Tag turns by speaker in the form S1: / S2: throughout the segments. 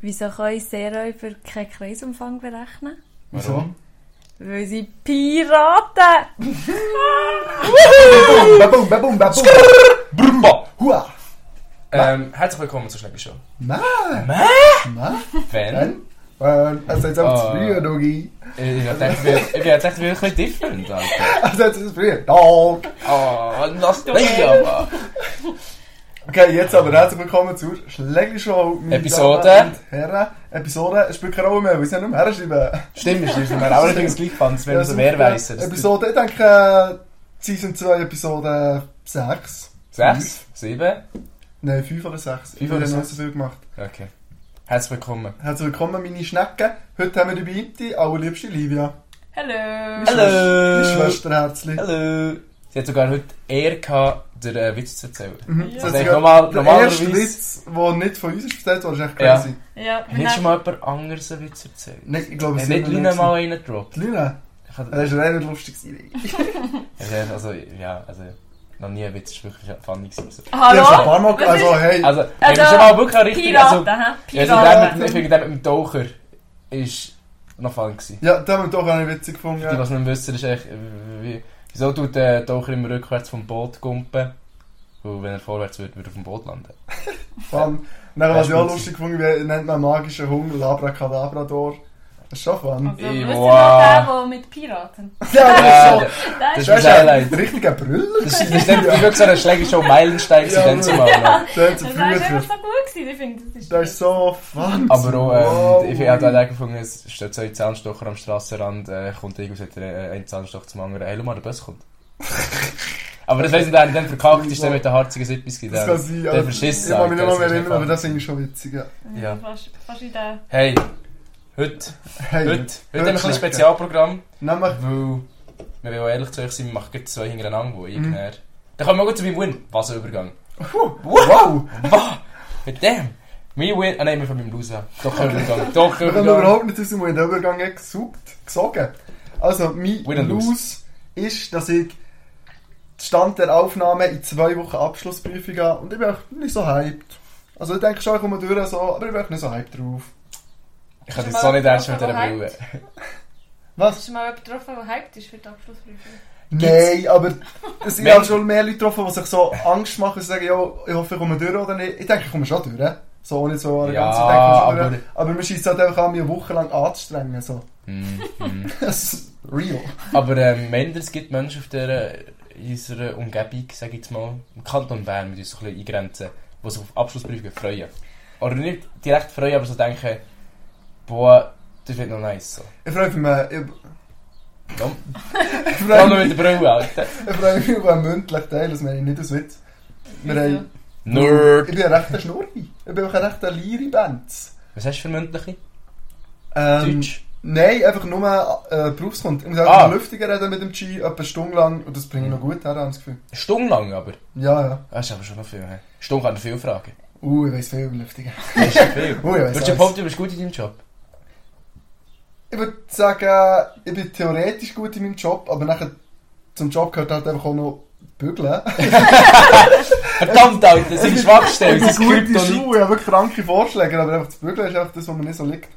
S1: Wieso können Seeräuber keinen Kreisumfang berechnen?
S2: Warum?
S1: Weil sie Piraten!
S2: Babum, babum, babum, babum.
S3: Brumba!
S2: Hua.
S3: Ähm, herzlich willkommen zur Schnecke Show.
S2: Na, na.
S3: Fan?
S2: Dann, äh, also jetzt
S3: Ah.
S2: auf das Frühe, Dogi.
S3: Ich dachte, wir ich dachte, wir sind different, Alter.
S2: Also jetzt ist es Frühe. Dog.
S3: Oh, lass dich aber.
S2: Okay, jetzt aber herzlich willkommen zur Schlägli Show. meine
S3: Episode.
S2: Damen und Herren. Episode, es spielt keine Rolle mehr, wir sind nicht mehr herschreiben.
S3: Stimmt, stimmt. Wir haben auch übrigens gleich gefunden, wenn wir so
S2: super.
S3: mehr weissen.
S2: Episode, ich denke, äh, Season 2, Episode 6.
S3: 6, 7.
S2: Nein, 5 oder 6.
S3: Fünf oder
S2: Ich habe noch
S3: sechs.
S2: so viel gemacht.
S3: Okay. Herzlich willkommen.
S2: Herzlich willkommen, meine Schnecken. Heute haben wir dabei die allerliebste Livia.
S1: Hallo!
S3: Hallo!
S2: Meine Schwesterherzli.
S3: Hallo! Sie hat sogar heute Ehre gehabt, den äh, Witz zu erzählen.
S2: Mhm.
S1: Ja.
S2: Das
S3: Also
S2: ist
S3: ich normal-
S2: der
S3: normalerweise-
S2: erste Witz, der nicht von uns ist bestellt worden, ist echt
S3: Ja.
S2: crazy.
S1: Ja,
S3: Hat nicht schon mal jemand anderes einen Witz erzählt?
S2: Nicht, ich glaube,
S3: Hat
S2: es
S3: nicht
S2: sind wir
S3: Lina
S2: nicht.
S3: mal einen gedroppt?
S2: Lina?
S3: Ich hab-
S2: Das war rein lustig. Ich
S3: Ja, Also, ja, also, noch nie ein Witz, ist wirklich funny gewesen.
S2: habe schon ein
S1: Hallo?
S2: paar Mal...
S1: Was
S2: Also, hey.
S3: Also, also haben
S1: Also,
S3: wir schon mal wirklich richtig, also,
S1: Piraten, hä?
S3: also der
S1: Piraten!
S3: mit, wegen dem mit dem Taucher ist noch funny gewesen.
S2: Ja, das haben wir doch auch nicht witzig gefunden.
S3: Die, was nicht wissen, ist eigentlich, äh, wie, wieso tut der Taucher immer rückwärts vom Boot gumpen? Weil, wenn er vorwärts wird, würde er auf dem Boot landen.
S2: Fun. Dann, was
S3: Das
S2: ich auch
S3: ist
S2: lustig gefunden wie nennt man magischen Hund Labracadabrador. Das ist schon fun.
S1: Also, wissen wir
S3: Wow.
S1: noch den, der mit Piraten?
S2: Ja,
S3: Äh,
S1: Der
S3: Das
S1: ist
S3: ist mein Highlight.
S2: ein richtiger Brüller.
S3: Das ist, das ist nicht wirklich so ein Schlägershow Meilenstein gewesen,
S2: Ja,
S3: dann zu machen.
S2: Der hat
S1: das
S2: so
S1: war einfach
S2: früher.
S1: so gut gewesen, ich finde, das ist...
S2: Das ist so fun.
S3: Aber auch,
S2: Wow.
S3: ähm, ich habe auch den gefunden, es steht so ein Zahnstocher am Strassenrand, äh, kommt irgendwo sagt er, äh, ein Zahnstocher zum anderen, hey, schau mal, der Bus kommt. Aber das weiss nicht, wer ihn dann verkackt ist, der mit der harzigen Sippis
S2: Das
S3: gegeben.
S2: kann sein.
S3: Der
S2: aber
S3: verschissen,
S2: Ich kann mich nicht
S3: Alter,
S2: mehr
S3: das ist
S2: erinnern,
S3: nicht
S2: aber
S3: fun.
S2: das finde ich schon witzig. Ja.
S3: Ja.
S1: Also, Fast, fast in der...
S3: Hey, heute,
S2: Hey,
S3: heute, heute, haben wir ein bisschen
S2: schmecken.
S3: Spezialprogramm,
S2: Nämlich,
S3: weil, wir wollen auch ehrlich zu euch sein, wir machen gleich zwei hintereinander, wo ich näher. Dann kommen wir gut zu meinem Win. Was ein Übergang.
S2: puh, wow!
S3: Mit dem. Mein Win, ah nein, wir von meinem Blusa. Doch kein Übergang, doch kein
S2: Wir haben
S3: Übergang.
S2: überhaupt nicht aus dem Übergang gesucht, gesagt. Also, mein
S3: Win and lose.
S2: Lose ist, dass ich Stand der Aufnahme in zwei Wochen Abschlussprüfung habe und ich bin auch nicht so hyped. Also, ich denke schon, ich komme durch, so, aber ich bin auch nicht so hyped drauf.
S3: Ich kann das so nicht ernst mit dieser Brille.
S2: Was?
S1: Hast du mal jemanden getroffen, der hyped ist für die Abschlussprüfung?
S2: Nein, aber es sind
S3: Wenn-
S2: auch schon mehr Leute getroffen, die sich so Angst machen und sagen, ja, ich hoffe, ich komme durch oder nicht. Ich denke, ich komme schon durch. So, ohne so eine
S3: Ja,
S2: ganze Zeit, ich komme schon
S3: aber-
S2: durch. Aber man schießt halt einfach an, mich eine Woche lang anzustrengen. So.
S3: Hm, hm.
S2: Das ist real.
S3: Aber ähm, Mendel, es gibt Menschen auf der, in unserer Umgebung, sage ich jetzt mal, im Kanton Bern, mit uns so ein bisschen eingrenzen, die sich auf Abschlussprüfungen freuen. Oder nicht direkt freuen, aber so denken, boah, das wird noch nice. So.
S2: Ich freue mich, äh,
S3: Komm.
S2: ich, ich,
S3: Vor
S2: freue
S3: allem
S2: mich,
S3: mit der Brille, Alter.
S2: ich freue mich über einen mündlichen Teil, das meine ich nicht aus Witz. Wir haben, ich
S3: Nerd.
S2: bin ein rechter Schnurri. Ich bin auch ein rechter Liri-Benz.
S3: Was hast du für mündliche?
S2: Ähm,
S3: Deutsch?
S2: Nein, einfach nur äh, Berufskunde. Ich muss einfach
S3: Ah.
S2: ah. lüftiger reden mit dem G, etwa eine Stunde lang. Und das bringe ich noch gut her, habe ich das Gefühl.
S3: Stundenlang aber.
S2: Ja, ja.
S3: Das ist aber schon noch viel. He. Stunde kann er viel fragen.
S2: Uh, ich weiss viel über Lüftungen.
S3: Das ist viel.
S2: Ui, weiss
S3: Würdest du
S2: alles.
S3: behaupten, du bist gut in deinem Job?
S2: Ich würde sagen, ich bin theoretisch gut in meinem Job, aber nachher zum Job gehört halt einfach auch noch Bügeln.
S3: Verdammt, Alter, das sind Schwachstellen, das ist
S2: gute
S3: Kryptonit.
S2: Schuhe, ich habe wirklich kranke Vorschläge, aber einfach das Bügeln ist einfach das, was man nicht so liegt.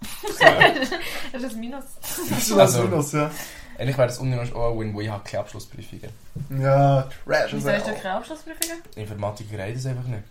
S1: Das ist ein Minus.
S2: Das ist
S3: Also-
S2: also, Minus, ja.
S3: Eigentlich wäre das unheimlich auch ein Win, wo ich habe keine Abschlussprüfungen.
S2: Ja, Trash
S1: Wieso
S2: also
S1: hast du
S2: auch.
S1: keine Abschlussprüfungen?
S3: Informatiker reicht das einfach nicht.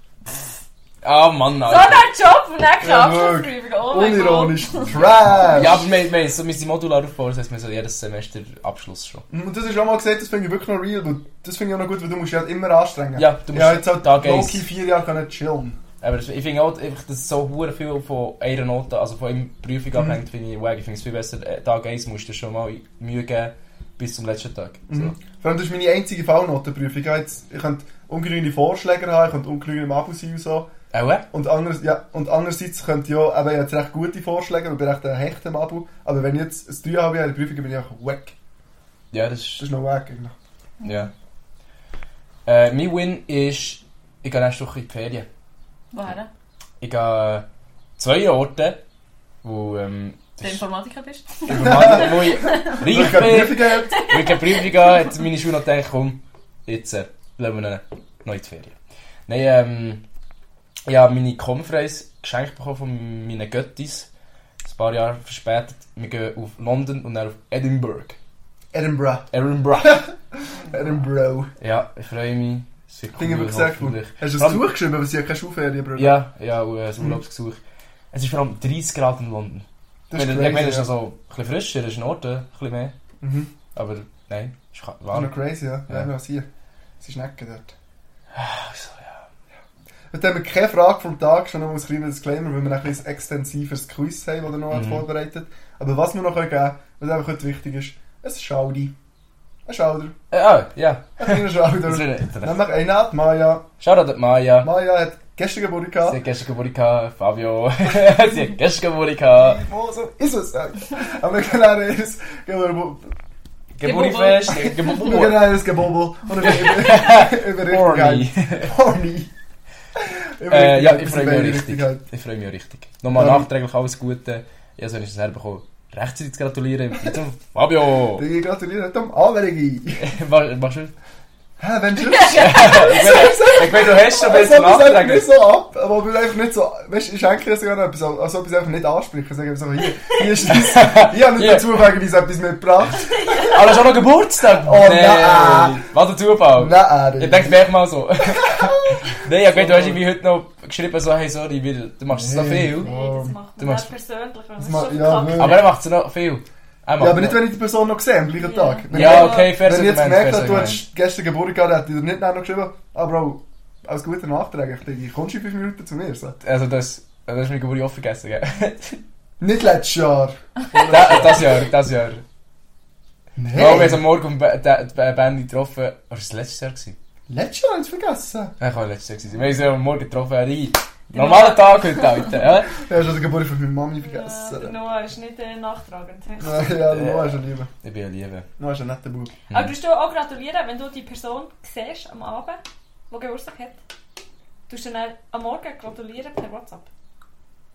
S3: Ah Mann,
S1: So
S3: Alter.
S1: ein Job und dann keine
S2: Ja,
S1: Abschlussprüfungen, oh mein Gott.
S2: Unironisch Trash!
S3: Ja, aber wir, wir, so, wir sind modular aufgebaut, das heisst, wir sind jedes Semester Abschluss schon.
S2: Und das ist auch mal gesagt, das finde ich wirklich noch real. weil Das finde ich auch noch gut, weil du musst dich halt immer anstrengen.
S3: Ja, du musst
S2: ja, jetzt halt
S3: Tag eins.
S2: Loki vier Jahre können chillen.
S3: Aber das, ich finde auch, einfach, dass so hure viel von einer Note, also von einer Prüfung
S2: Mhm.
S3: abhängt, finde ich wack. Ich finde es viel besser, äh, Tag 1 musst du dir schon mal Mühe geben, bis zum letzten Tag. So.
S2: Mhm. Vor allem, das ist meine einzige Fallnotenprüfung. Ich, habe jetzt- ich könnte ungenügende Vorschläge haben, ich könnte ungenügend im Abo sein und so.
S3: Auch, äh?
S2: Und, anders, ja, und andererseits könnte ja, eben, ich habe jetzt recht gute Vorschläge, ich bin recht ein Hecht im Abo, aber wenn ich jetzt ein 3 habe in der Prüfung, bin ich einfach weg.
S3: Ja, das
S2: Das
S3: ist...
S2: ist noch weg. Eigentlich.
S3: Ja. Äh, mein Win ist, ich gehe nächste Woche in die Ferien.
S1: Woher?
S3: Ich gehe zwei Orte, wo... Ähm,
S1: Der Informatiker bist?
S3: Informatik, wo ich
S2: Wenn ich
S3: reich
S2: keine
S3: bin.
S2: Prüfung habe,
S3: Weil ich keine Prüfung habe, hat meine Schule noch eh, gedacht, komm, jetzt äh, lassen wir ihn neu in die Ferien. Nein, ähm, Ich habe meine Konferenz geschenkt bekommen von meinen Göttis. Ein paar Jahre verspätet. Wir gehen auf London und dann auf Edinburgh.
S2: Edinburgh.
S3: Edinburgh.
S2: Edinburgh.
S3: ja, ich freue mich. Es wird
S2: Ich bin
S3: cool,
S2: gesagt, gut.
S3: hoffentlich.
S2: Hast du
S3: Vor
S2: es
S3: allem-
S2: zugeschrieben, aber sie hat keine Schulferien, Bruder.
S3: Ja, ja, und äh, ein
S2: Mhm.
S3: Urlaubsgesuch. Es ist vor allem 30 Grad in London.
S2: das ist
S3: ich meine, es ist
S2: crazy.
S3: noch
S2: ja.
S3: so ein bisschen frischer, es ist in Ordnung, ein bisschen mehr.
S2: Mhm.
S3: Aber nein, es ist ka-
S2: Das ist noch
S3: warm.
S2: crazy, ja.
S3: Ja.
S2: Ja, wir haben es hier. Sie schnecken dort.
S3: Ach, so, Oh, ja.
S2: Und dann haben wir keine Frage vom Tag, schon noch als kleiner Disclaimer, weil wir noch ein bisschen extensiveres Quiz haben, das er noch hat
S3: Mhm.
S2: vorbereitet Aber was wir noch geben können, was einfach heute wichtig ist, ein Schaudi. Ein Schauder.
S3: Äh, Ah, ja.
S2: Ein kleiner Schauder.
S3: Shoutout
S2: Nämlich einer hat Maya.
S3: an Maya.
S2: Maya hat gestern Geburtstag
S3: Sie
S2: gehabt.
S3: hat gestern Geburtstag gehabt, Fabio. Sie hat gestern Geburtstag gehabt.
S2: Oh, so ist es. Aber wir können auch eines Gebobel.
S3: Geburtstagfest.
S2: Wir können auch
S3: Geburtstag.
S2: eines Gebobel. Und über- über
S3: Horny.
S2: Richtigkeit. Horny. Über
S3: Äh, ja,
S2: Richtigkeit,
S3: ich
S2: bis
S3: freue
S2: beide
S3: mich richtig.
S2: Richtigkeit.
S3: Ich freue mich richtig. Nochmal
S2: Ja.
S3: nachträglich alles Gute. Ja, so habe ich es herbekommen. Rechtzeitig zu gratulieren. Jetzt an Fabio.
S2: Ich gratuliere dem Allergie.
S3: Mach- Machst du?
S2: Hä, wenn du...
S3: Ich meine, ich meine, du hast schon ein
S2: Also,
S3: bisschen
S2: ob es einfach nicht
S3: nachträglich.
S2: so ab, aber ob es einfach nicht so. Weißt du, ich schenke dir sogar noch etwas, als ob ich es einfach nicht anspreche. Sag einfach, hier, hier ist es. Ich habe nicht
S3: Hier.
S2: yeah. zufälligerweise etwas mitgebracht.
S3: Aber schon noch Geburtstag.
S2: Oh, nein.
S3: Was ein Zufall.
S2: Nein,
S3: Ich denke, wäre mal so. Nein, ich meine, du hast irgendwie heute noch geschrieben, so, hey, sorry, weil du machst es noch
S2: Nee.
S3: viel.
S4: Nee, das macht
S3: Du
S4: man
S3: machst-
S4: nicht persönlich, wenn
S2: Das
S4: man
S2: ma-
S4: es schon
S2: ja,
S4: verkackt
S2: wirklich.
S4: hat.
S3: Aber er macht es noch viel. Er
S2: Ja,
S3: macht
S2: aber
S3: noch-
S2: nicht, wenn ich die Person noch sehe, am gleichen
S4: Ja.
S2: Tag. Wenn
S3: Ja,
S2: ich,
S3: okay, fair
S2: wenn ich jetzt
S3: Argument,
S2: gemerkt
S3: fair
S2: habe, du
S3: Argument.
S2: hast gestern Geburtstag gehabt, hätte ich dir nicht noch geschrieben. Aber Bro, alles Gute nachträglich. Ich denke, kommst du in 5 Minuten zu mir? So.
S3: Also, das, das ist mir Geburtstag auch vergessen, gell?
S2: Nicht letztes Jahr.
S3: Da- Das Jahr, das Jahr.
S2: Nein.
S3: Hey. wir haben am Morgen Ba- da- die Band getroffen. War das letztes Jahr? gewesen?
S2: Letztes Jahr habe ich es vergessen.
S3: Nein, kann letztes Jahr gewesen. Wir haben sie am Morgen getroffen. Hey, normaler Tag heute, Alter. Ja?
S2: Du hast also Geburtstag von meiner Mami
S4: Ja, der
S1: genau.
S2: vergessen.
S4: Eh, Noah ist nicht äh, nachtragend.
S2: Ja, ja, du warst ja lieber.
S3: Ich bin ja lieber.
S2: Du warst ein netter Bub.
S3: Hm.
S4: Aber du musst dir auch gratulieren, wenn du die Person siehst am Abend, die Geburtstag hat. Du musst dann am Morgen gratulieren per WhatsApp.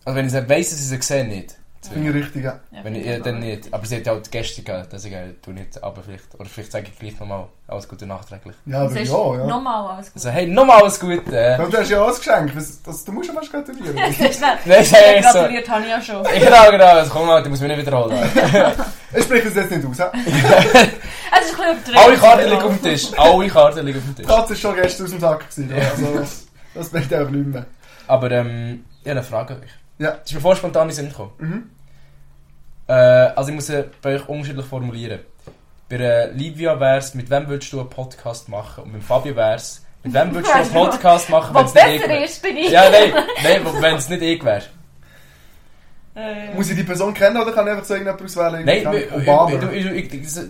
S3: Also, wenn ich sie weiss, dass ich sie sehe, nicht.
S2: Finde ich richtig, ja.
S3: Wenn ich, ja, dann nicht. Aber sie hat ja halt gestern gehabt, deswegen tue ich nicht aber vielleicht. Oder vielleicht sage ich gleich nochmal alles Gute nachträglich.
S2: Ja, aber
S1: Das
S2: ja,
S1: ist
S2: ja.
S1: nochmal alles gut.
S3: Also, hey, nochmal alles Gute!
S2: Aber du hast ja alles geschenkt. Was- das- Du musst ja fast gratulieren.
S4: Sehr schnell.
S3: Nein,
S1: Hey,
S3: hey, so.
S1: gratuliert habe ich ja schon.
S3: Genau, genau, also komm mal, du musst mich nicht wiederholen.
S2: Ich spreche es jetzt nicht aus. hä?
S4: Es ist ein bisschen
S3: Alle Karten liegen auf dem Tisch. Alle Karten liegen auf dem
S2: Die
S3: Tisch.
S2: Katze war schon gestern aus dem Sack. Gewesen, also, das bleibt auch nicht mehr.
S3: Aber, ähm, ich habe eine Frage an euch.
S2: Ja.
S3: Das ist mir vor spontan in den Sinn gekommen.
S2: Mhm.
S3: Äh, also, ich muss es bei euch unterschiedlich formulieren. Bei äh, Livia wär's, mit wem würdest du einen Podcast machen? Und mit Fabio wär's, mit wem würdest du einen Podcast machen, wenn
S1: Was
S3: es nicht ich
S1: besser
S3: wäre?
S1: ist, bin ich.
S3: Ja, nein, nein, wenn es nicht ich wäre.
S4: Äh,
S2: Muss ich die Person kennen oder kann ich einfach so irgendjemand auswählen?
S3: Nein,
S2: Kann-
S3: wir-
S2: Obama.
S3: wir- wir- ich- ich- das-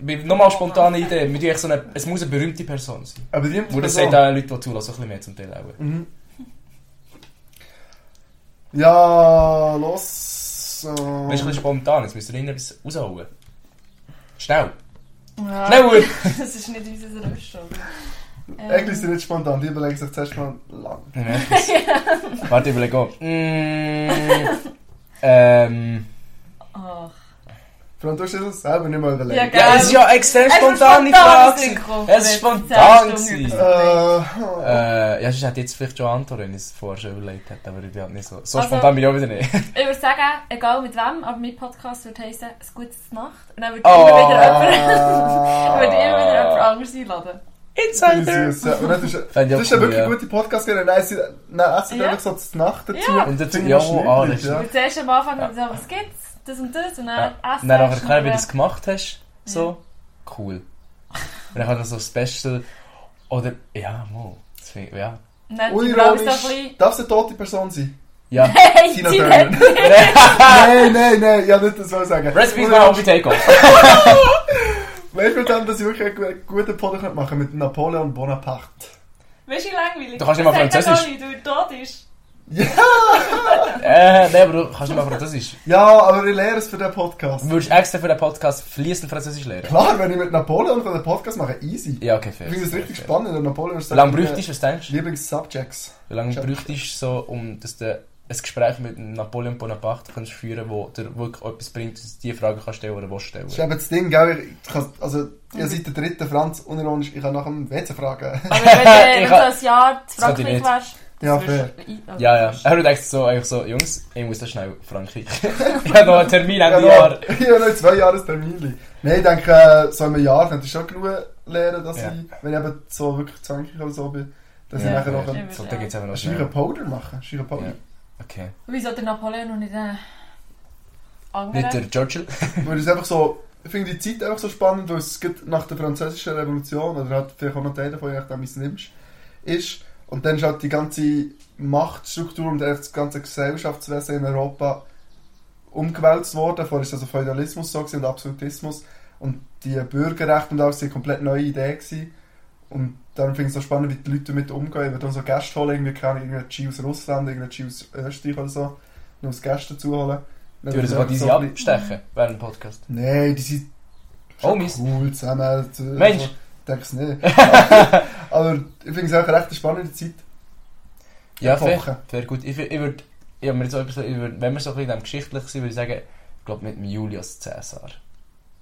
S3: wir- nochmal spontane Idee. Wir tun eh, echt so eine, es muss eine berühmte Person sein.
S2: Aber die
S3: Wo
S2: Person.
S3: das sagt auch Leute, die zulassen, ein bisschen mehr zum Teil auch.
S2: Mhm. Ja, los. Äh,
S3: Das ist ein bisschen spontan, jetzt müsst ihr ihnen etwas raushauen. Schnell!
S1: Ja.
S3: Schnell!
S4: das ist nicht unser Rösch.
S2: Eigentlich sind nicht spontan. Die überlegen sich zuerst mal lang.
S3: Warte, ich überlege auch. Mm, ähm,
S1: Ehm, Ach.
S2: Vor allem, du hast das selber nicht mal
S4: Ja,
S2: überlegt.
S4: geil.
S3: ja, es ist ja eine extrem spontane Frage. Es ist spontan gewesen.
S2: Äh,
S3: Äh, ja, sonst hätte ich jetzt vielleicht schon Antwort, wenn ich es vorher schon überlegt hätte, aber ich bin halt nicht so. So
S1: Also-
S3: spontan bin ich auch wieder nicht.
S1: Ich würde sagen, egal mit wem, aber mein Podcast würde heißen «Ein gutes Nacht» und dann würde ich
S3: Oh.
S1: immer wieder
S2: äh,
S1: jemand, würde ich immer wieder
S3: Ah.
S1: jemand anderes einladen.
S2: wie süß, ja. Und das ist,
S3: Fände ich
S2: das
S3: auch
S2: ist ja
S3: cool,
S2: wirklich
S3: ja.
S2: ein guter Podcast. gewesen. Nein, sie, nein, es ist
S1: Ja.
S2: einfach so zur Nacht dazu.
S1: Ja.
S3: Und dazu,
S2: Finde ich
S3: ja,
S2: das niedlich,
S3: ah, das ist-
S2: ja.
S1: Und zuerst am Anfang
S3: Ja.
S1: so «Was gibt's?» Das und das und dann
S3: Ja.
S1: essen.
S3: Und dann nachher
S1: essen
S3: erklären, wie du
S1: und
S3: es gemacht hast. So. Cool. Und dann kann noch so ein Special. Oder. Ja, mo. Das find ich- Ja.
S1: dann- dann sind wir alle so ein
S2: Unironisch.
S1: bisschen
S2: Darf es eine tote Person sein?
S3: Ja.
S1: «Hey,
S2: Tina
S1: Tina
S2: Turner.
S1: Turner.»
S2: nein, nein, nein, ja, nicht das soll ich sagen.
S3: Recipes mal
S2: Unironisch.
S3: auf die Take-Off.
S2: Weißt du dann, dass ich wirklich einen gu- guten Podcast machen kann mit Napoleon Bonaparte?
S4: Weißt du, wie langweilig?
S3: Du kannst nicht mal
S4: Das sagt er
S3: Französisch.
S4: gar nicht, Du tot ist.
S3: äh, nein, aber du kannst nicht mal Französisch.
S2: Ja, aber ich lehre es für den Podcast.
S3: Du würdest extra für den Podcast fließend Französisch lernen.
S2: Klar, wenn ich mit Napoleon einen Podcast mache, easy.
S3: Ja, okay, fair.
S2: Ich finde es
S3: fair,
S2: richtig
S3: fair.
S2: spannend, wenn Napoleon ist
S3: Wie lange bräuchtest du, was denkst du?
S2: Lieblingssubjects.
S3: Wie lange
S2: Ja.
S3: bräuchtest du so, um dass du ein Gespräch mit Napoleon Bonaparte kannst führen wo dir wirklich etwas bringt, dass du die Frage kannst stellen oder willst stellen?
S2: Das ist eben das Ding, gell? Ich kann, also, ihr seid der dritte Franz, unironisch, ich kann nach dem WC fragen.
S1: Aber wenn, äh,
S3: Ich
S1: wenn
S3: kann-
S1: du ein Jahr zu
S3: Das kann ich
S1: Frankreich
S3: nicht.
S1: wärst,
S2: Ja,
S1: Das wirst
S2: fair.
S1: du ein- also-
S3: Ja, ja. Er denkt so, eigentlich so, Jungs, ich muss da schnell Frankreich. ich habe noch einen Termin Ende Jahr.
S2: Ich habe noch in zwei Jahren Termin. Nein, ich denke, äh, so in einem Jahr könnte ich schon genug lernen, dass
S3: Ja.
S2: ich, wenn ich eben so wirklich zwankig oder so bin, dass
S3: Ja,
S2: ich nachher
S3: ja.
S2: noch einen
S1: Stimmt.
S3: So, da geht's einfach noch
S2: schieren
S3: schnell.
S2: Powder machen Schieren Powder.
S3: Okay.
S1: Wieso der Napoleon und nicht der andere?
S3: Nicht der Churchill.
S2: Weil es einfach so, ich finde die Zeit einfach so spannend, weil es gibt nach der französischen Revolution, oder halt vielleicht auch noch Teile von euch, damit es nimmst, ist, und dann ist halt die ganze Machtstruktur und einfach das ganze Gesellschaftswesen in Europa umgewälzt worden. Vorher ist also Feudalismus so gewesen und Absolutismus. Und die Bürgerrechte und alles waren komplett neue Ideen. Gewesen. Und darum finde ich es so spannend, wie die Leute damit umgehen. Wenn dann so Gäste holen, irgendwie keine Ahnung, irgendeinen G aus Russland, irgendeinen G aus Österreich oder so, nur als Gäste dazu holen. Dann
S3: Du
S2: wird
S3: würdest mal
S2: einfach
S3: diese
S2: so ein bisschen-
S3: abstechen während dem Podcast.
S2: Nein, die sind schon
S3: Oh, Mist.
S2: cool zusammen. Also,
S3: Mensch.
S2: Ich denke es nicht. aber, aber ich finde es auch eine recht spannende Zeit.
S3: Ja, fair,
S2: Kochen.
S3: fair gut. Ich, ich würde, ich hab mir jetzt auch etwas, ich würd, wenn wir so ein bisschen in dem geschichtlich sind, würde ich sagen, ich glaube mit dem Julius Caesar.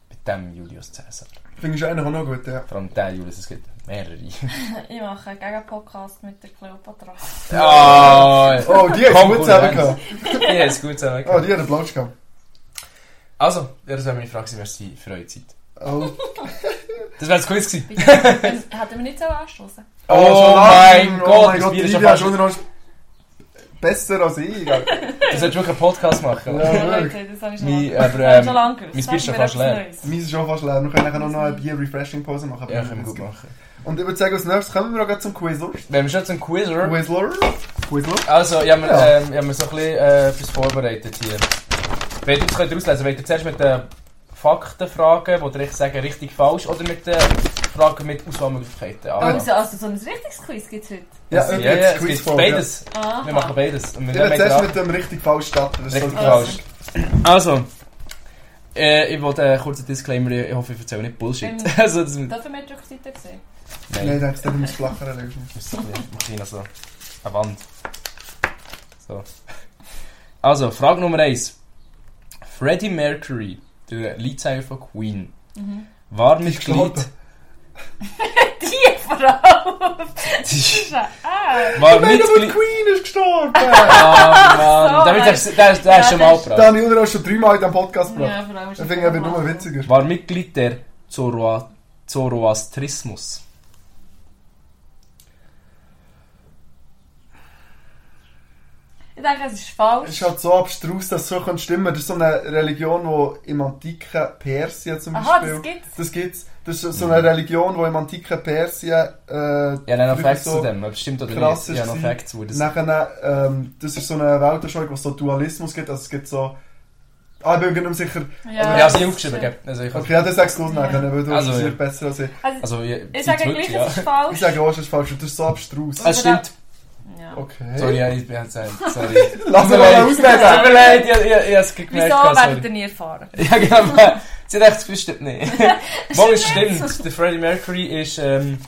S3: Mit dem Julius Caesar.
S2: Finde ich eigentlich auch noch gut, ja.
S3: Vor allem der Julius, es gibt mehrere.
S1: Ich mache einen Gegenpodcast mit der Cleopatra.
S3: Ah,
S2: Oh, die hat gut
S3: Konkurrenz.
S2: zusammen gehabt.
S3: ja, ist gut zusammen.
S2: Oh, die hat einen Platsch gehabt.
S3: Also, ja, das wäre meine Frage gewesen, merci für eure Zeit.
S2: Oh,
S3: Das wäre das Quiz gewesen.
S1: Bitte. Das Hätten wir nicht so anstoßen.
S3: Oh, mein
S2: Oh
S3: Gott, das Bier ist
S2: die Livia
S3: schon fast-
S2: ist schon noch besser als ich. Ja,
S3: Du solltest wirklich einen Podcast machen.
S2: Ja. wirklich.
S1: Leute, das habe ich schon
S3: Mein,
S1: lange- das habe
S3: aber,
S1: ich schon
S3: ähm,
S1: lange gewusst.
S3: mein Bier ist schon
S1: Sagen wir
S3: fast
S1: etwas
S3: leer.
S1: Neues.
S2: Meins ist schon fast leer. Wir können nachher noch eine Bier-Refreshing-Pause machen.
S3: ja, können wir gut machen.
S2: Und ich würde sagen, als nächstes kommen wir auch gleich zum Quizler.
S3: Wenn wir schon zum Quiz, oder?
S2: Quizler? Quizler?
S3: Also, ich habe mir,
S2: Ja.
S3: ähm, ich hab mir so ein bisschen äh, etwas vorbereitet hier. Wollt ihr, das könnt ihr auslesen. Wollt ihr zuerst mit den Faktenfragen, wo ihr echt sagen, richtig, falsch, oder mit den Fragen mit Auswahlmöglichkeiten? Ah, anfangen?
S1: Also, also, so ein richtiges Quiz gibt es heute.
S2: Ja,
S3: ja,
S2: und
S3: ja,
S2: jetzt
S3: es gibt
S2: Quizfolge.
S3: beides.
S1: Aha.
S3: Wir machen beides. Und wir
S2: Ich
S3: nehmen
S2: würde zuerst mit
S3: gerade
S2: dem richtig-falsch starten. Das ist so
S3: richtig,
S2: die-
S3: falsch. Also, äh, ich wollte einen kurzen Disclaimer, ich hoffe, ich erzähle nicht Bullshit.
S1: Ähm,
S3: also, das, nein,
S1: Darf ich mir die Rückseite sehen?
S2: Nein, ich denke, es muss flacher lösen.
S3: Das ist ein bisschen- mach ich noch so eine Wand. So. Also, Frage Nummer 1. Freddie Mercury, der Leadsänger von Queen,
S1: Mhm.
S3: war
S2: Ist
S3: Mitglied,
S2: gestorben.
S1: Die Frau! Das ist ein Arsch.
S3: war
S2: Nein, aber die
S3: Ah, Mitglied...
S2: Queen ist gestorben!
S3: Ah, Mann,
S1: So,
S3: damit
S1: Mann.
S3: hast du- der, der
S1: Ja,
S3: ist schon
S1: das
S3: mal
S1: ist-
S2: Da
S3: gebracht.
S2: habe ich auch schon dreimal in diesem Podcast gebracht.
S1: Ja, Frau ist
S2: Ich finde eben nur witziger.
S3: War Mitglied der Zoroa- Zoroastrismus.
S1: Ich denke, es ist falsch.
S2: Es ist halt so abstrus, dass so kann stimmen. Das ist so eine Religion, die im antiken Persien zum Beispiel.
S1: Aha, das gibt's.
S2: Das gibt's. Das ist so eine Religion, die im antiken Persien. Äh,
S3: Ja, nein, noch
S2: wirklich
S3: Facts zu dem, ob es stimmt oder
S2: krass
S3: nicht. Ja,
S2: ist
S3: noch
S2: sie-
S3: Facts zu das.
S2: Nachher, ähm, das ist so eine Weltanschauung, wo es so Dualismus gibt. Also es gibt so. Ah, ich bin mir nicht sicher.
S3: Ja, ich habe sie aufgeschrieben, gell? Also, ich,
S2: Okay, ja, das sagst du nachher, weil du
S3: Also,
S2: also,
S3: ja.
S2: besser als ich.
S1: Also,
S3: also, ich,
S1: ich
S3: ich
S1: sage
S3: wirklich,
S1: gleich,
S3: ja.
S1: es ist
S2: Ich
S1: falsch.
S2: sage, oh, das ist falsch. Das ist so abstrus.
S1: Also,
S3: Es stimmt.
S1: Ja.
S2: Okay.
S3: Sorry, ja, ich bin halt sorry. Tut
S2: Lass
S3: mir
S2: mich mal
S3: leid.
S2: ausreden.
S3: Tut mir leid, ich, ich, ich hab's gemerkt.
S1: Wieso
S3: gehabt,
S1: werdet ihr
S3: sorry.
S1: nie erfahren?
S3: Ja, genau. aber Sie hat echt das bestimmt nicht. Mal ist stimmt. Der Freddie Mercury ist ähm,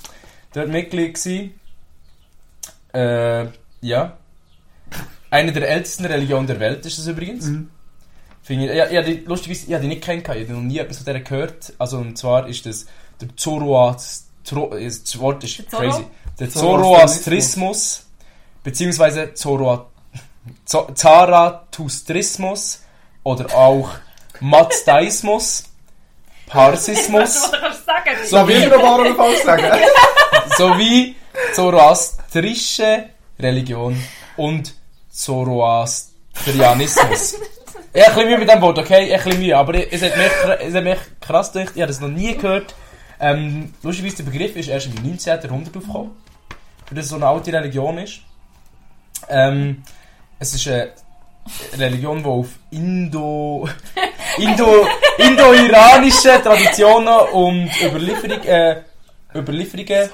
S3: dort Mitglied gewesen. Äh, ja. Eine der ältesten Religionen der Welt ist das übrigens.
S2: Mhm.
S3: Finde ich, ja, ja, die, lustigerweise, ich habe die nicht kennengelernt, ich habe noch nie etwas von der gehört. Also, und zwar ist das der Zoroast... Zoro, das Wort ist
S1: Der Zoro?
S3: crazy. Der
S2: Zoroastrismus.
S3: Zoroastrismus, beziehungsweise Zoroa, Zo- Zarathustrismus oder auch Mazdaismus, Parsismus,
S4: du kannst sagen?
S2: So wie ich noch wahr oder falsch sagen.
S3: sowie Zoroastrische Religion und Zoroastrianismus. Ich habe ein bisschen Mühe mit dem Wort, okay? Ich habe ein bisschen Mühe, aber es hat mich, kr- es hat mich krass gedacht, ich habe das noch nie gehört. Ähm, lustigerweise, der Begriff ist erst im 19. Jahrhundert aufgekommen, weil das so eine alte Religion ist. Ähm, es ist eine Religion, die auf Indo... Indo... Indo-iranische Traditionen und Überlieferung, äh, Überlieferungen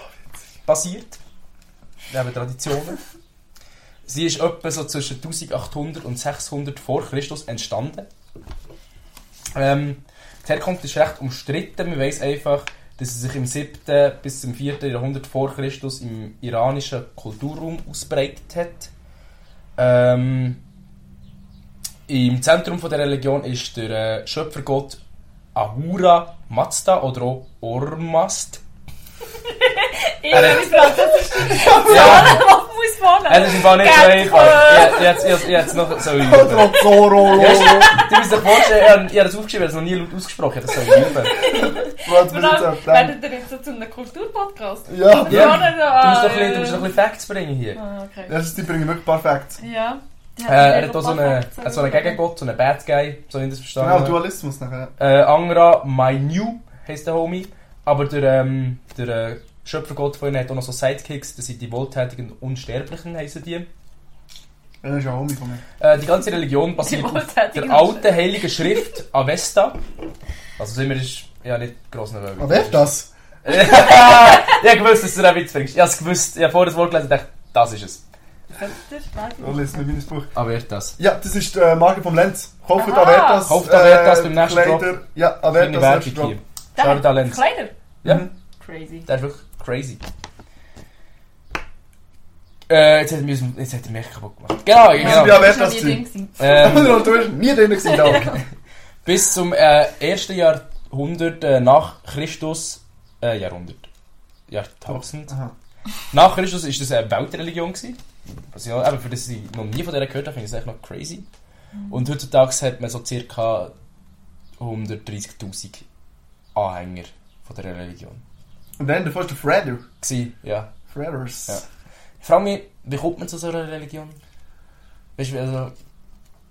S3: basiert. Neben Traditionen. Sie ist etwa so zwischen 1800 und 600 vor Christus entstanden. Ähm, die Herkunft ist recht umstritten. Man weiß einfach, dass sie sich im 7. bis zum 4. Jahrhundert vor Christus im iranischen Kulturraum ausbreitet hat. Ähm, Im Zentrum von der Religion ist der äh, Schöpfergott Ahura Mazda oder auch Ormazd.
S4: Ich bin Französisch.
S3: Ja.
S4: Was muss
S3: Also, Es
S4: vorne.
S3: ist im Fall nicht so
S4: Geld
S3: einfach. Ja, Jetzt, jetzt, jetzt noch so üben.
S2: Zoro,
S3: Du musst dir vorstellen, ich habe- ich habe das aufgeschrieben, ich habe es noch nie laut ausgesprochen, das soll ich üben.
S2: was
S4: Vor
S2: wir jetzt
S4: allem,
S2: auch denken.
S4: werdet ihr jetzt so zu einem Kulturpodcast?
S2: Ja,
S3: Ja.
S4: Vorne so,
S3: Du
S4: ah,
S3: musst doch ein bisschen, du musst doch ein
S4: äh,
S3: bisschen Facts bringen hier.
S1: eh, Ah, okay.
S2: das ist, die bringen wirklich perfekt.
S1: Ja. Die
S3: Äh, er hat
S1: mega
S3: auch so einen,
S1: perfekt
S3: so einen Gegengott, so einen Bad Guy, so in das verstanden.
S2: Genau, Dualismus nachher.
S3: Äh, Angra, My New heisst der Homie. Aber der, ähm, der äh, Schöpfergott von ihnen hat auch noch so Sidekicks, das sind die wohltätigen Unsterblichen, heissen die.
S2: Er ist ja Homie von mir.
S3: Äh, die ganze Religion basiert
S4: Die
S3: auf
S4: wohltätigen
S3: der alten heiligen Schrift Avesta. Also sind wir ist ja nicht gross nervös.
S2: Aber wer ist das?
S3: ich hab gewusst, dass du einen Witz bringst. Ich hab's gewusst. Ich hab vorher das Wort gelesen und dachte, das ist es.
S2: Oh, lest mir meines Buch.
S3: Avertas.
S2: Ja, das ist die Marke vom Lenz. Kauft
S4: Aha.
S2: Avertas.
S3: Kauft Avertas beim nächsten
S2: Kleider. Ja,
S3: Kleine
S2: Avertas
S3: Werbung
S2: nächster Drop.
S3: hier. Schau da, Lenz.
S4: Kleider.
S3: Ja.
S2: Mhm.
S4: Crazy.
S3: Der ist wirklich crazy. Äh, jetzt hat er mich, aus dem- jetzt hat er mich kaputt gemacht. Genau,
S2: Wir sind
S3: genau.
S1: Das
S2: bei
S1: war
S2: Avertas
S1: nie
S2: gewesen.
S1: Ding gewesen.
S3: Ähm,
S2: Und du bist nie drin gewesen. da.
S3: bis zum äh, ersten Jahrhundert äh, nach Christus. Äh, Jahrhundert. Jahrtausend.
S2: Aha.
S3: Nach Christus war das eine Weltreligion. Gewesen. Was ich noch, eben, für das ich noch nie von der gehört habe, finde ich das echt noch crazy. Und heutzutage hat man so ca. 130.000 Anhänger von der Religion.
S2: Und dann davor ist der Fredder.
S3: Gewesen, ja.
S2: Fredders.
S3: Ja. Ich frage mich, wie kommt man zu so einer Religion? Weißt du, also,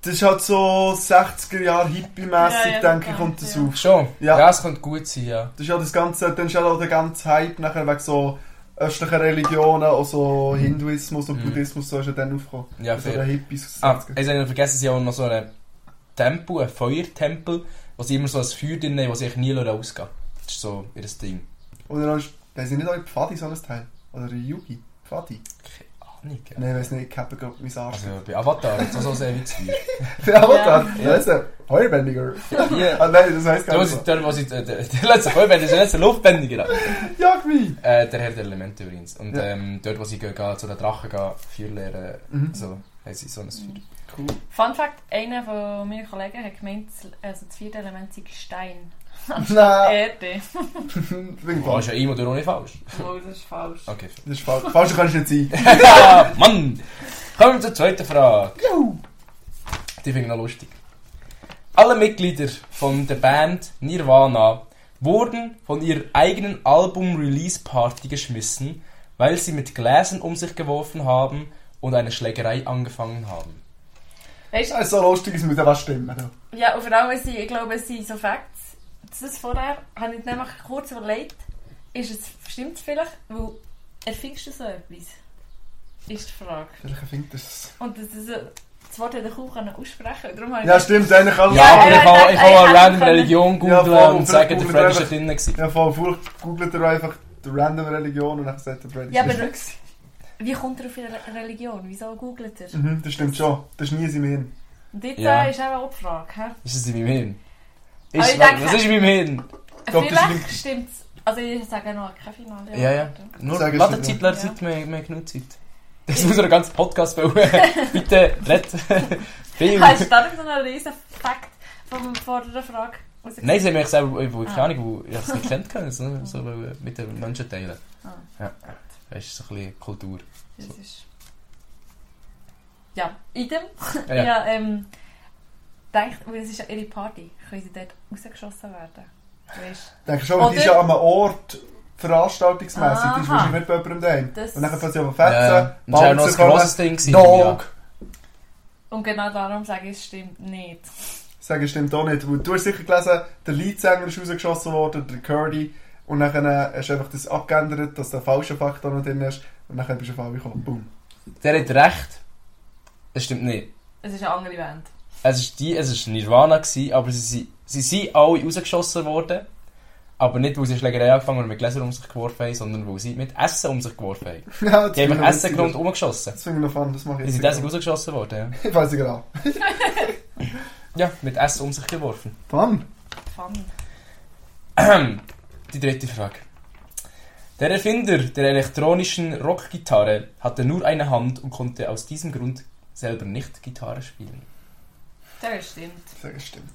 S2: Das ist halt so 60er Jahre hippie-mässig,
S1: Ja, ja,
S2: denke ich,
S1: ja,
S2: kommt das
S1: ja.
S2: auf.
S3: schon.
S2: Ja.
S3: Ja. es könnte gut sein, ja.
S2: Das ist ja das ganze, dann ist ja auch der ganze Hype nachher wegen so östlichen Religionen, auch so Hinduismus und
S3: Mhm.
S2: Buddhismus, so ist ja dann aufgekommen.
S3: Ja,
S2: also
S3: fair.
S2: der Hippies.
S3: Ah, ich habe vergessen, sie haben noch so einen Tempel, einen Feuertempel, wo sie immer so ein Feuer drin haben, das sie eigentlich nie rausgehen lassen. Das ist so ihr Ding.
S2: Und dann ist, da sind nicht alle Pfadi so ein Teil. Oder Yugi. Pfadi.
S3: Keine Ahnung, ja.
S2: Nein, ich weiß nicht, ich habe gerade meinen Arsch.
S3: Also bei Avatar, jetzt auch so ein Witzfeuer.
S2: Ja, aber
S1: Ja.
S2: dann, ja. das ist ein Heuerbändiger.
S3: Ja.
S2: Ah, nein, das heisst gar
S3: Der,
S2: nicht
S3: was
S2: so.
S3: Also, ich, der, was ich, der, der, der letzte Vollbändiger ist der letzte Luftbändiger.
S2: Jag mich!
S3: Äh, der Herr der Elemente übrigens. Und
S2: Ja.
S3: ähm, dort, wo sie gehen, gehen, zu den Drachen gehen, Feuer lernen,
S2: Mhm.
S3: so, haben sie so ein Feuer.
S2: Cool.
S1: Fun Fact: Einer von meinen Kollegen hat gemeint, das- also das vierte Element sei Stein. Eh,
S2: Nein!
S1: Erde.
S2: Wegen
S3: Oh, ist
S2: falsch.
S3: ja immer der ohne falsch.
S4: Oh, das ist falsch.
S3: Okay.
S2: Das ist falsch. Falsch kannst du nicht sein.
S3: Ja, Mann! Kommen wir zur zweiten Frage. Die finde ich noch lustig. Alle Mitglieder von der Band Nirvana wurden von ihrer eigenen Album-Release-Party geschmissen, weil sie mit Gläsern um sich geworfen haben und eine Schlägerei angefangen haben.
S1: Weißt
S2: Das ist so lustig, es muss ja was stimmen. da.
S1: du, ja, nou und vor allem, sind- ich glaube, es sind so Facts. Das vorher habe ich nämlich kurz überlegt, ist es, stimmt es vielleicht, weil erfindest du so etwas? Ist die Frage.
S2: Vielleicht erfindet das.
S1: Und das, das, das Wort hätte ich auch können aussprechen können. Darum habe ich
S2: Ja, stimmt, eigentlich alles.
S3: Ja, aber ich
S1: ja,
S3: kann,
S1: ja,
S3: ich kann mal
S1: ja, ja,
S3: random
S1: ja.
S3: Religion googlen
S2: Ja, voll,
S3: und
S2: und
S3: sagen, der
S2: vielleicht
S3: Fred ist
S2: googelt
S3: nicht drin. gewesen.
S2: Ja, voll, vorher googelt er einfach die random Religion und dann sagt er Brady.
S1: Ja, aber wie kommt er auf ihre Religion? Wieso googelt er?
S2: Mhm, das stimmt schon. Das ist nie sein Hirn.
S1: Und jetzt
S3: Hm. Ja.
S1: äh, ist eben auch die Frage. hä?
S3: Ist es in meinem Hirn?
S1: Aber
S3: Ist,
S1: ich
S3: was,
S1: denke-
S3: was ist in meinem Hirn?
S2: glaub, das
S1: Vielleicht stimmt es. Also ich sage noch kein Finale.
S3: Ja, ja. Nur
S2: Sag es
S3: warte
S2: nicht,
S3: Zeit,
S1: ja.
S3: lass Zeit, wir wir haben genug Zeit. Das muss ein ganzen Podcast bauen. Bitte, red. Viel.
S1: Hast du da nicht so einen riesen Fakt von vor der Frage?
S3: Nein, sie haben mich selber, ich keine
S1: Ah.
S3: Ahnung, wo ich es nicht kennt können, so, so weil, äh, mit den Menschen teilen.
S1: Ah.
S3: Ja. Das ist so ein bisschen Kultur.
S1: Das ist... Ja, idem.
S3: Ja,
S1: Ja,
S3: ja.
S1: ähm... Denkt, weil es ist ja ihre Party. Können sie dort rausgeschossen werden? Weißt
S2: Ich denke schon, aber die
S1: Oder-
S2: ist ja an einem Ort veranstaltungsmässig. Die ist
S1: Aha.
S2: wahrscheinlich nicht bei jemandem daheim.
S1: Das-
S2: Und dann fängt sie an zu
S3: Ja,
S2: fetzen.
S3: Ähm, und das war ja noch ein grosses Ding. gewesen,
S2: Dog!
S1: du? Und genau darum sage ich, es stimmt nicht.
S2: Sagen stimmt auch nicht. Weil Du hast sicher gelesen, der Leadsänger ist rausgeschossen worden, der Curdy. Und dann hast du einfach das abgeändert, dass der falsche Faktor noch drin ist. Und dann bist du auf Fall gekommen. Boom.
S3: Ja. Der hat recht. Das stimmt nicht.
S1: Es ist eine andere Band.
S3: Es ist die, es ist Nirvana gewesen, aber sie, sind- sie sind alle rausgeschossen worden. Aber nicht, weil sie Schlägerei angefangen und mit Gläsern um sich geworfen haben, sondern weil sie mit Essen um sich geworfen haben.
S2: Ja, das
S3: Die haben
S2: finde
S3: mit
S2: ich
S3: Essen
S2: lustig.
S3: gerund umgeschossen.
S2: Das finde ich noch fun, das mache ich
S3: Die sind deswegen rausgeschossen worden,
S2: Ich weiß es genau.
S3: ja. Ja, mit Essen um sich geworfen.
S2: Fun!
S1: Fun.
S3: Die dritte Frage. Der Erfinder der elektronischen Rockgitarre hatte nur eine Hand und konnte aus diesem Grund selber nicht Gitarre spielen.
S1: Das stimmt.
S2: Das stimmt.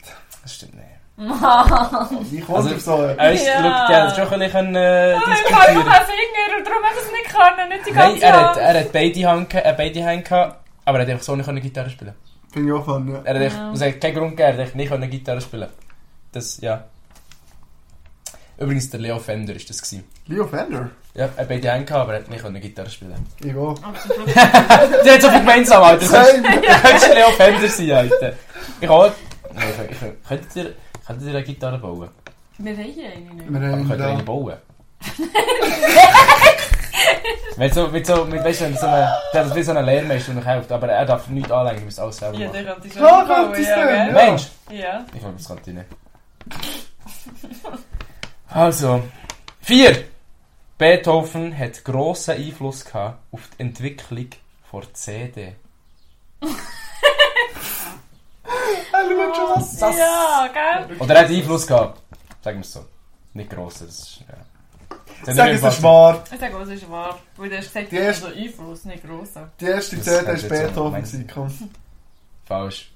S3: Das stimmt nicht.
S1: Mann!
S2: Wie kommt
S3: Also-
S2: auf so äh, eine-
S3: Weißt du,
S1: Ja.
S3: schau, die haben es schon ein bisschen äh,
S4: Ah, ich habe
S3: diskutieren
S4: einfach einen Finger und darum hat er es nicht können, nicht die
S3: Nein,
S4: ganze
S3: er hat,
S4: Hand.
S3: er hat beide Hände, ge- äh, beide Hände gehabt, aber er hat einfach so nicht können Gitarre spielen.
S2: Finde ich auch fun, ja.
S3: Er hat echt,
S4: Ja.
S3: es hat keinen Grund gegeben, er hat echt nicht können Gitarre spielen. Das, ja. Übrigens, der Leo Fender ist das gewesen.
S2: Leo Fender.
S3: Ja, er hat beide Hände gehabt, aber er hat nicht können Gitarre spielen.
S2: Ich auch.
S4: Oh.
S3: Die hat so viel gemeinsam, Alter. Das ist-
S2: Same.
S3: Du könntest Leo Fender sein, Alter. Ich auch. Nein, ich, ich, könntet, ihr, könntet ihr eine Gitarre bauen?
S1: Wir haben hier eine nicht.
S2: Wir
S3: Aber
S2: haben
S3: könnt ihr eine
S2: da...
S3: bauen? mit so, mit so, mit, weißt du, mit so einem, der hat wie so einen Lehrmeister, der euch hilft, aber er darf nichts anlegen, ihr müsst alles selber
S1: Ja,
S3: machen.
S1: der könnte schon
S2: Ja,
S1: einbauen,
S2: könnte es
S1: ja,
S2: denn,
S1: gell?
S2: ja.
S3: Mensch!
S1: Ja.
S3: Ich glaube, das könnte ich nicht. Also, 4. Beethoven hat grossen Einfluss gehabt auf die Entwicklung der CD.
S2: Er schaut schon was.
S3: Das-
S4: Ja, gell?
S3: Oder er hat Einfluss gehabt. Sagen wir es so. Nicht grossen, das ist. Ja. Das hat
S2: Sag
S3: nicht
S2: es
S3: viel
S2: ist wahr.
S1: Ich sage, es ist wahr. Weil du hast gesagt,
S2: Die
S1: der
S2: erste-
S1: also Einfluss, nicht grosser.
S2: Die erste
S3: Das
S2: CD
S3: könnte
S2: ist
S3: jetzt so
S2: Beethoven.
S3: meins-
S2: gewesen, Komm.
S3: Falsch.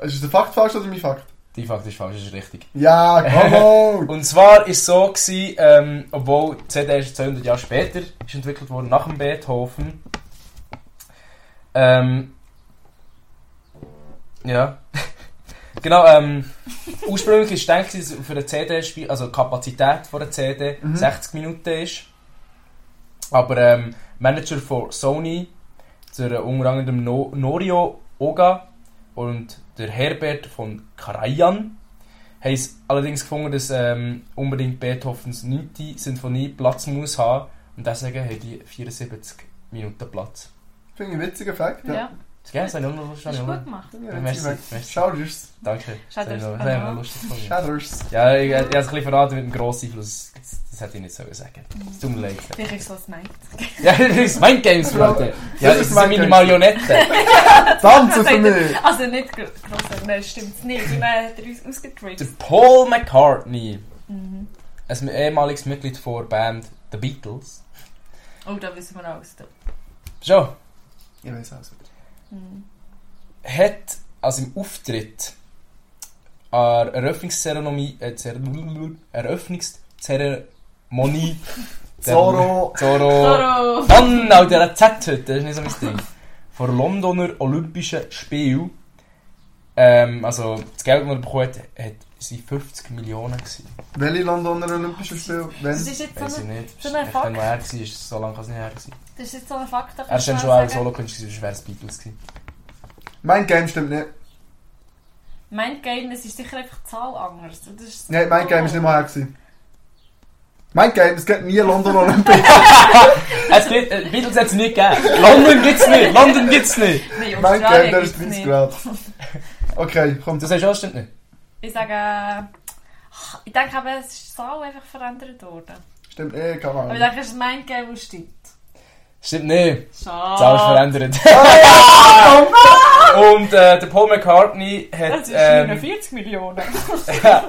S2: Ist das ein Fakt falsch oder mein Fakt?
S3: Die Fakt ist falsch, das ist richtig.
S2: Ja, come on!
S3: Und zwar war es so, gewesen, ähm, obwohl die CD erst 200 Jahre später ist entwickelt worden, nach dem Beethoven. Ähm, ja. genau, ähm, ursprünglich war es gedacht, dass für eine CD, spiel- also die Kapazität von einer CD
S2: Mhm.
S3: 60 Minuten ist. Aber ähm, Manager von Sony, der unter anderem no Norio Oga und der Herbert von Karajan, haben es allerdings gefunden, dass ähm, unbedingt Beethovens 9. Sinfonie Platz muss haben. Und deswegen haben die 74 Minuten Platz.
S2: Finde ich einen witzigen Fakt. Ja.
S1: Ja,
S3: Das ist geil, das habe ich auch noch lustig.
S1: das ist gut
S3: gefunden.
S1: gemacht.
S2: Finde ich einen
S3: Merci,
S2: witzigen Fakt.
S3: merci.
S2: Shouters.
S3: Danke. Das habe ich noch- das habe ich noch lustig gefunden.
S2: Shouters.
S3: Ja, ich, ich habe es ein bisschen verraten mit dem grossen Einfluss. Das, das hätte ich nicht so sagen Es tut mir leid.
S1: Vielleicht ist das meint.
S3: Ja, das ist mein Games, Leute. Ja, das sind meine Marionetten.
S2: Tanzen für mich!
S1: Also nicht gro- grosser, nein, stimmt nicht. Ich meine, hat er uns
S3: Der
S1: ausgetrickst.
S3: Paul McCartney,
S1: Mhm.
S3: ein ehemaliges Mitglied der Band The Beatles.
S1: Oh, da wissen wir alles. Da.
S3: Schon.
S2: Ich weiß auch so.
S1: Mhm.
S3: hat also im Auftritt an der Eröffnungszeremonie äh, Zere- Eröffnungszeremonie der-
S2: Zorro!
S3: Zorro
S1: Zorro!
S3: Mann, auch der Z heute, das ist nicht so mein Ding. Vor Londoner Olympischen Spiel, ähm, also das Geld, das er bekommen hat, hat sie 50 Millionen gewesen.
S2: Welche Londoner
S4: Oh,
S2: Olympische Spiele?
S1: Das
S2: Wenn?
S1: ist jetzt so
S3: Weiß ich
S1: ein,
S3: nicht,
S1: so
S3: so
S1: ein
S3: echt
S1: Fakt.
S3: dann, wo er war, ist so lange kann es nicht her gewesen.
S1: das ist jetzt so ein Fakt. da
S3: Er
S1: kannst
S3: ist dann
S1: du
S3: schon
S1: mal
S3: auch
S1: sagen.
S3: Solokünstler, sonst wäre es Beatles gewesen.
S2: Mein Game stimmt nicht.
S1: Mein Game, es ist sicher einfach die Zahl anders. Oh. Und Das ist
S2: Nein, mein
S1: so-
S2: Game ist nicht mal her. gewesen. Mein Game, es geht nie London Olympic.
S3: Es gibt, äh, Beatles hat es nie gegeben. London gibt's nicht, London gibt's nicht.
S1: Nein,
S2: mein Game,
S1: Australien
S2: der ist
S1: gibt's
S2: 30
S1: nicht.
S2: Grad. Okay, kommt.
S3: Das hast du auch, stimmt nicht?
S1: Ich sage, äh, ich denke eben, es ist die Zahl einfach verändert worden.
S2: Stimmt eh, keine
S1: Aber ich
S2: Ahnung.
S1: denke, es ist mein Game, das stimmt.
S3: Stimmt nicht.
S1: Schade.
S3: Das alles
S4: Ah.
S3: verändert.
S4: Oh
S3: Und äh, der Paul McCartney hat
S4: Das ist
S3: ähm,
S4: 49 Millionen.
S3: äh,
S2: Ich denke,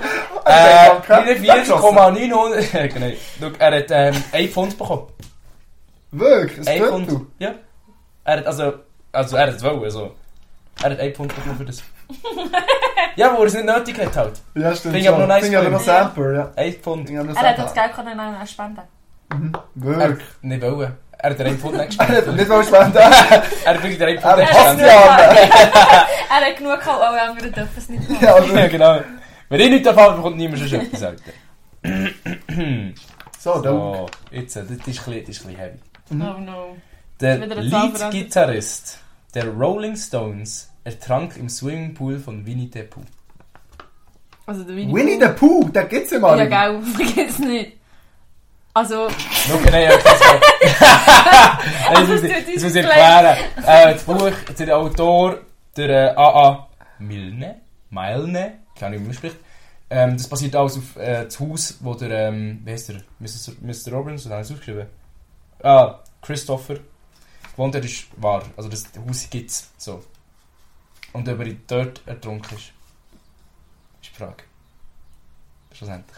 S2: okay.
S3: 49,900. genau. Schau, Er hat ähm, 1 Pfund bekommen.
S2: Wirklich? Ein
S3: 1
S2: Viertel?
S3: Pfund. Ja. Er hat also, also er hat es wollen, also. Er hat 1 Pfund bekommen für das. dus- ja, wo er es nicht nötig hat halt.
S2: Ja, stimmt.
S3: Finde ich aber
S2: schon.
S3: noch nice
S2: Finde ich aber noch
S1: Spiel.
S2: Samper, ja.
S3: 1 Pfund.
S2: Finde ich aber noch
S1: Er hat das
S2: Samper.
S1: Geld können an einen spenden.
S2: Mhm.
S3: Er
S2: Wirklich.
S3: hat nicht wollen. Er hat 1 Pfund nicht
S2: Er
S3: gespielt.
S2: hat nicht mal spenden.
S3: Er hat wirklich
S2: Er
S3: 1 Pfund nicht
S2: hasst
S3: gespielt.
S2: ja alle.
S1: Er hat genug gehabt, alle anderen dürfen es nicht machen.
S2: Ja,
S3: Ja,
S2: wirklich.
S3: genau. Wenn ich nichts davon bekommt, niemand schon etwas, Alter.
S2: So, da.
S3: So, jetzt, äh, das ist ein bisschen, das ist ein bisschen heavy.
S2: Mhm.
S1: Oh no.
S3: Der
S1: Wieder eine Zahl verändert.
S3: Lead-Gitarrist der Rolling Stones ertrank im Swimmingpool von Winnie the Pooh.
S1: Also der Winnie,
S2: Winnie the Pooh, da gibt's ja mal.
S1: Ja, gell, vergiss nicht. Also,
S3: Schau, nein, okay, sorry. Nein, das muss ich-
S1: tut uns
S3: das muss ich
S1: leid.
S3: erklären. Äh, das Buch, der Autor, der äh, A.A. Milne, Milne, ich weiß nicht, wie man spricht. Ähm, das basiert alles auf äh, das Haus, wo der, ähm, wie heißt der, Mr. Mr. Robinson, hat es aufgeschrieben? Ah, Christopher. Gewohnt hat, ist wahr. Also das Haus gibt es, so. Und ob er dort ertrunken ist, ist die Frage. Schlussendlich.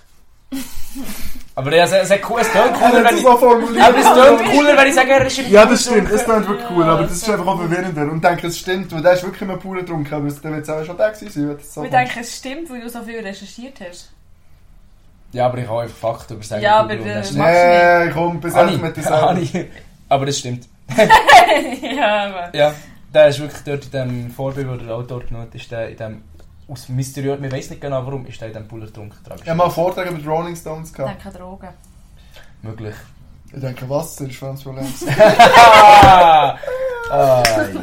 S3: Aber ja, es, es, hat cool, es tönt cooler,
S2: Er hat
S3: wenn
S2: es
S3: ich...
S2: so
S3: Aber es
S2: formuliert.
S3: tönt cooler, wenn ich sage, er ist im
S2: Ja, das stimmt, das klingt wirklich
S4: Ja,
S2: cool, aber das
S4: das
S2: ist einfach auch verwirrender. Und ich denke, es stimmt, weil der ist wirklich immer pur getrunken, aber dann wird es auch schon der gewesen sein, wenn das so
S1: Wir
S2: kommt.
S1: denken, es stimmt, weil du so viel recherchiert hast.
S3: Ja, aber ich habe einfach Fakten über seine
S1: Ja,
S3: Figur
S1: aber,
S3: und das
S1: äh,
S3: stimmt.
S1: Max
S2: Nee, komm, bis
S3: Ani,
S2: jetzt mit dir selber.
S3: Ani. Aber das stimmt.
S1: ja, aber.
S3: Ja, der ist wirklich dort in dem Vorbild, wo der Autor genannt ist, der in dem... Aus Mysteriös, wir weiß nicht genau warum, ist der in dem Puller getrunken. tragisch.
S2: Ich habe mal einen Vortrag über die Rolling Stones
S1: Ich
S2: gehabt.
S1: denke an Drogen.
S3: Möglich.
S2: Ich denke, Wasser ist vor allem das Problem.
S3: ah,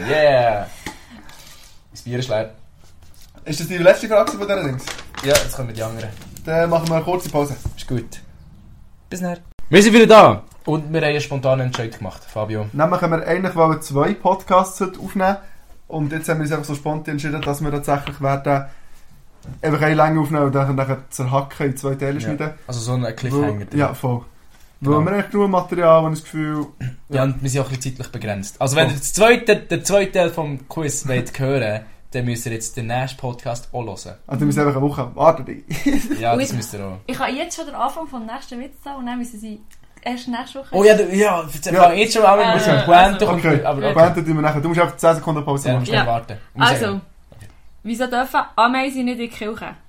S3: yeah. Das Bier ist leer.
S2: Ist das die letzte Frage von diesen Dings?
S3: Ja, jetzt kommen die anderen.
S2: Dann machen wir eine kurze Pause.
S3: Ist gut. Bis nachher. Wir sind wieder da. Und wir haben einen spontanen Entscheid gemacht, Fabio.
S2: Nämlich haben wir eigentlich wollen zwei Podcasts heute aufnehmen und jetzt haben wir uns einfach so spontan entschieden, dass wir tatsächlich werden einfach eine Länge aufnehmen und dann, dann zerhacken in zwei Teile
S3: Ja.
S2: schneiden.
S3: Also so einen Cliffhanger.
S2: Weil, ja, voll.
S3: Genau.
S2: Weil wir echt genug Material haben, das Gefühl...
S3: Ja, und wir sind auch ein bisschen zeitlich begrenzt. Also wenn ihr das zweite, den zweiten Teil vom Quiz wollt hören, dann müsst ihr jetzt den nächsten Podcast auch hören.
S2: Also wir müssen einfach eine Woche warten.
S3: Ja,
S1: Ui.
S3: das müsst ihr auch.
S1: Ich habe jetzt schon den Anfang vom nächsten Witz sagen und dann müssen sie erst nächste Woche.
S3: Oh ja, du, ja, jetzt
S2: Ja.
S3: jetzt schon mal mit
S1: Äh,
S3: dem Pointe.
S1: also-
S3: kommt-
S2: Okay,
S3: Aber
S2: aber
S3: okay.
S2: beenden wir nachher. Du musst einfach 10 Sekunden Pause
S3: Ja,
S2: machen.
S3: musst du
S1: Ja.
S3: warten.
S1: Also, wieso dürfen Also, Ameisen nicht in die Kirche?